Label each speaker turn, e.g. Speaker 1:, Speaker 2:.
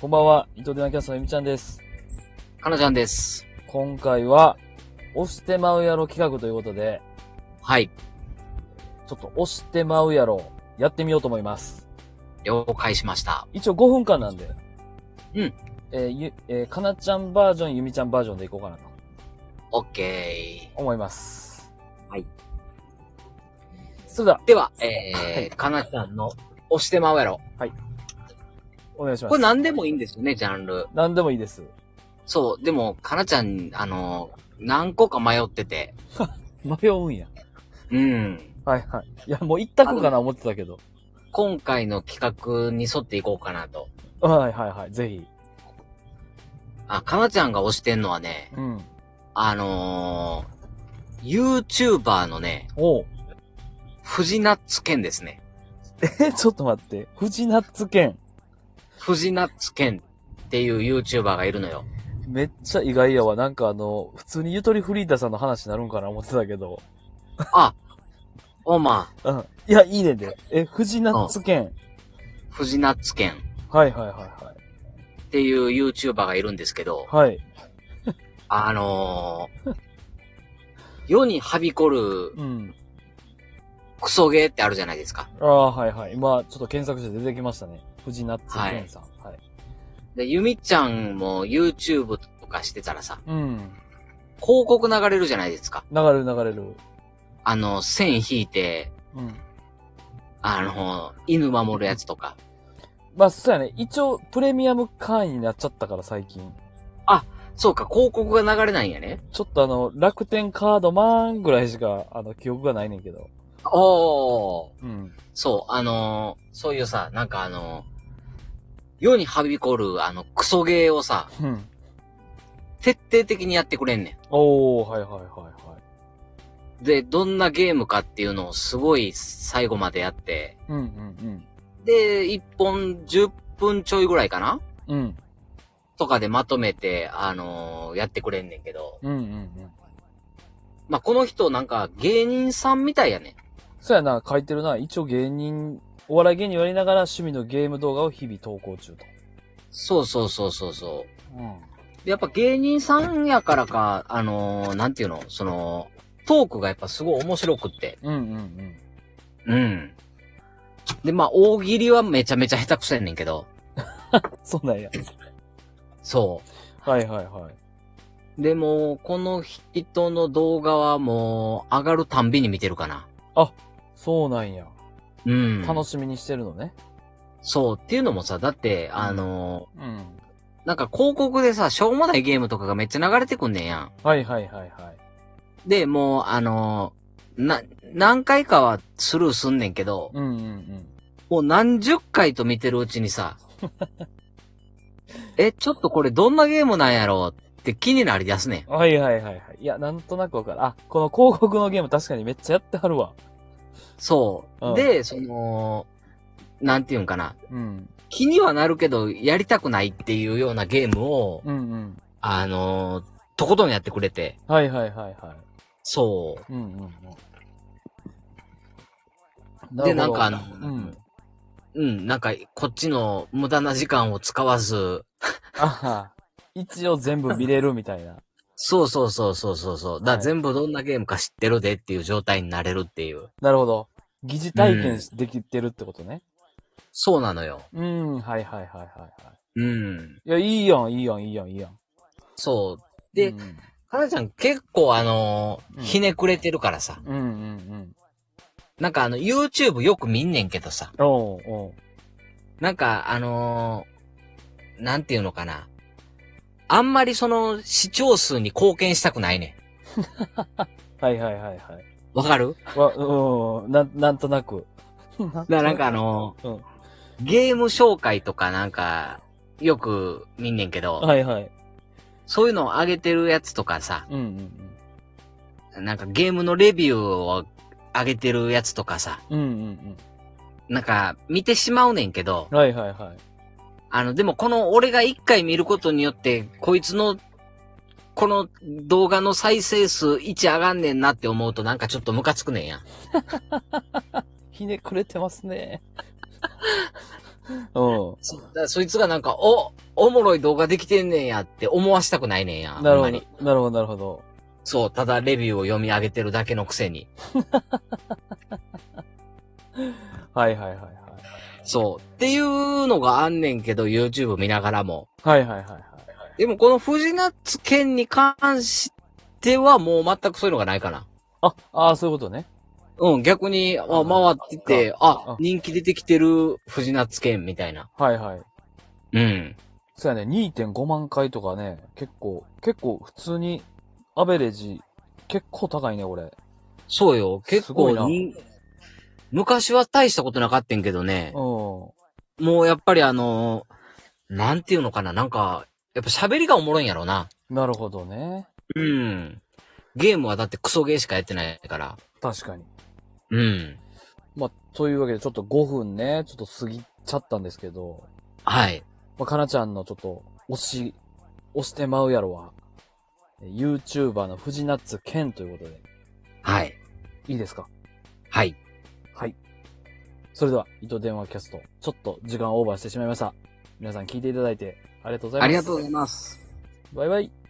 Speaker 1: こんばんは、糸電話キャストのえみちゃんです。
Speaker 2: かなちゃんです。
Speaker 1: 今回は、押してまうやろ企画ということで、
Speaker 2: はい。
Speaker 1: ちょっと押してまうやろ、やってみようと思います。
Speaker 2: 了解しました。
Speaker 1: 一応5分間なんで。
Speaker 2: うん。
Speaker 1: えーゆ、えーかなちゃんバージョン、ゆみちゃんバージョンでいこうかなと
Speaker 2: オッケ
Speaker 1: 思います。
Speaker 2: はい。
Speaker 1: それでは、
Speaker 2: ー。では、
Speaker 1: は
Speaker 2: え
Speaker 1: い
Speaker 2: ー、かなちゃんの押してまうやろ。
Speaker 1: お願いします。
Speaker 2: これ何でもいいんですよね、ジャンル。
Speaker 1: 何でもいいです。
Speaker 2: そう。でも、かなちゃん、あの、何個か迷ってて。
Speaker 1: 迷うんや。
Speaker 2: うん。
Speaker 1: はいはい。いや、もう一択かな思ってたけど。
Speaker 2: 今回の企画に沿っていこうかなと。
Speaker 1: はいはいはい。ぜひ。
Speaker 2: あ、かなちゃんが押してんのはね、
Speaker 1: うん。
Speaker 2: あのー、YouTuber のね、
Speaker 1: おう。
Speaker 2: フジナッツ犬ですね。
Speaker 1: え、ちょっと待って。藤ナッツ県。
Speaker 2: フジナッツ犬っていう YouTuber がいるのよ。
Speaker 1: めっちゃ意外やわ。なんかあの、普通にゆとりフリーダさんの話になるんかな思ってたけど。
Speaker 2: あ、おまあ、
Speaker 1: うん。いや、いいねんで。え、藤ナッツ県。
Speaker 2: フジナッツ犬。
Speaker 1: はいはいはいはい。
Speaker 2: っていう YouTuber がいるんですけど、
Speaker 1: はい。
Speaker 2: あのー世にはびこる
Speaker 1: うん。
Speaker 2: クソゲーってあるじゃないですか。
Speaker 1: ああ、はいはい。今、ちょっと検索して出てきましたね。藤ナッツ県さん。はい。
Speaker 2: で、ゆみちゃんも YouTube とかしてたらさ、
Speaker 1: うん。
Speaker 2: 広告流れるじゃないですか。
Speaker 1: 流れる流れる。
Speaker 2: あの、線引いて、
Speaker 1: うん。
Speaker 2: あのー犬守るやつとか。
Speaker 1: まあ、そうやね。一応、プレミアム会員になっちゃったから、最近。
Speaker 2: そうか、広告が流れないんやね。
Speaker 1: ちょっとあの、楽天カードマンぐらいしか、あの、記憶がないねんけど。
Speaker 2: おー。
Speaker 1: うん。
Speaker 2: そう、あのーそういうさ、なんかあのー世にはびこるあのクソゲーをさ、
Speaker 1: うん。
Speaker 2: 徹底的にやってくれんねん。
Speaker 1: おー、はいはいはいはい。
Speaker 2: で、どんなゲームかっていうのをすごい最後までやって、
Speaker 1: うんうん
Speaker 2: で、1本10分ちょいぐらいかな
Speaker 1: うん。うん。
Speaker 2: とかでまとめて、あのーやってくれんねんけど。
Speaker 1: うんうんうん。
Speaker 2: まあ、この人なんか芸人さんみたいやね。
Speaker 1: そうやな、書いてるな。一応芸人、お笑い芸人をやりながら趣味のゲーム動画を日々投稿中と。
Speaker 2: そうそうそうそうそ
Speaker 1: うん。
Speaker 2: う。で、やっぱ芸人さんやからか、あのーなんていうのその、トークがやっぱすごい面白くって。
Speaker 1: うんうんうん。
Speaker 2: うん。で、まあ、大喜利はめちゃめちゃ下手くそやねんけど。
Speaker 1: そうなんや。
Speaker 2: そう。
Speaker 1: はいはいはい。
Speaker 2: でも、この人の動画はもう、上がるたんびに見てるかな。
Speaker 1: そうなんや。
Speaker 2: うん。
Speaker 1: 楽
Speaker 2: し
Speaker 1: しみにしてるのね。
Speaker 2: そう。っていうのもさ、だって、あの
Speaker 1: うん。
Speaker 2: なんか広告でさ、しょうもないゲームとかがめっちゃ流れてくんねんやん。
Speaker 1: はいはいはいはい。
Speaker 2: で、もう、あのな、何回かはスルーすんねんけど、
Speaker 1: うんうんうん。
Speaker 2: もう何十回と見てるうち にさ、え、ちょっとこれどんなゲームなんやろうって気になりだすねん。
Speaker 1: はいはいはいはい。いや、なんとなくわかる。あ、この広告のゲーム確かにめっちゃやってはるわ。
Speaker 2: そうう。
Speaker 1: ん
Speaker 2: で、その、なんていうんかな。
Speaker 1: うん。
Speaker 2: 気にはなるけど、やりたくないっていうようなゲームを、
Speaker 1: うんうん。
Speaker 2: あのーとことんやってくれて。
Speaker 1: はいはいはいは
Speaker 2: そ
Speaker 1: い。うんうんうん。
Speaker 2: う。で、な
Speaker 1: るほど
Speaker 2: んかあの、
Speaker 1: うん。
Speaker 2: うん、なんか、こっちの無駄な時間を使わず、
Speaker 1: あは。一応全部見れるみたいな。
Speaker 2: そうそうそうそうそうそう。だ、
Speaker 1: はい
Speaker 2: 全部どんなゲームか知ってるでっていう状態になれるっていう。
Speaker 1: なるほど。疑似体験しできてるってことね。
Speaker 2: そうなのよ。
Speaker 1: うん、はいはいはいはい。は
Speaker 2: うん。
Speaker 1: いいや、いいやん、いいやん、いいやん、いいやん。
Speaker 2: そう。で
Speaker 1: うん、
Speaker 2: かなちゃん結構あのー
Speaker 1: うん
Speaker 2: ひねくれてるからさ。
Speaker 1: うん、うん、うん。
Speaker 2: なんかあの、YouTube よく見んねんけどさ。
Speaker 1: おうおう。
Speaker 2: なんか、あのーなんていうのかな。あんまりその視聴数に貢献したくないね
Speaker 1: はいはいはいはい。
Speaker 2: ん。わかる
Speaker 1: わ、うん、なん、なんとなく。な
Speaker 2: だからなんかあのー
Speaker 1: うん
Speaker 2: ゲーム紹介とかなんか、よく見んねんけど、
Speaker 1: はいはい。
Speaker 2: そういうのを上げてるやつとかさ、
Speaker 1: うん、うん、
Speaker 2: なんかゲームのレビューを上げてるやつとかさ、
Speaker 1: うん。うん、うん、
Speaker 2: なんか見てしまうねんけど、
Speaker 1: うん。はいはいはい。
Speaker 2: あの、でもこの俺が一回見ることによって、こいつの、この動画の再生数1上がんねんなって思うとなんかちょっとムカつくねんや。
Speaker 1: ひ ねくれてますね。うん。
Speaker 2: そだからそいつがなんか、おおもろい動画できてんねんやって思わしたくないねんや。
Speaker 1: なる
Speaker 2: ほ
Speaker 1: ほ
Speaker 2: んまに。
Speaker 1: ど。なるほど、なるほど。
Speaker 2: そう、ただレビューを読み上げてるだけのくせに。
Speaker 1: はいはいはいはい。
Speaker 2: そう。っていうのがあんねんけど、YouTube 見ながらも。
Speaker 1: はいはいはいはい。
Speaker 2: でもこの藤夏県に関してはもう全くそういうのがないかな。
Speaker 1: あ、ああ、そういうことね。
Speaker 2: うん、逆に、あ回ってて、あ
Speaker 1: あ、
Speaker 2: 人気出てきてる藤夏県みたいな。
Speaker 1: はいはい。
Speaker 2: うん。
Speaker 1: そうやね、2.5万回とかね、結構、結構普通に、アベレージ、結構高いね、これ。
Speaker 2: そうよ。結
Speaker 1: すご
Speaker 2: 構
Speaker 1: いな
Speaker 2: 人昔は大したことなかったんけどね。
Speaker 1: う
Speaker 2: もうやっぱりあの、なんていうのかな。なんか、やっぱ喋りがおもろいんやろな。
Speaker 1: ん。なるほどね。
Speaker 2: うん。ゲームはだってクソゲーしかやってないから。
Speaker 1: 確かに。
Speaker 2: うん。
Speaker 1: まあ、というわけで、ちょっと5分ね、ちょっと過ぎちゃったんですけど、
Speaker 2: はい。
Speaker 1: まあ、かなちゃんのちょっと、推し、推してまうやろは、え YouTuber の藤夏健ということで、
Speaker 2: はい。
Speaker 1: いいですか
Speaker 2: はい。
Speaker 1: はい。それでは、糸電話キャスト、ちょっと時間オーバーしてしまいました。皆さん聞いていただいて、ありがとうございます。
Speaker 2: ありがとうございます。
Speaker 1: バイバイ。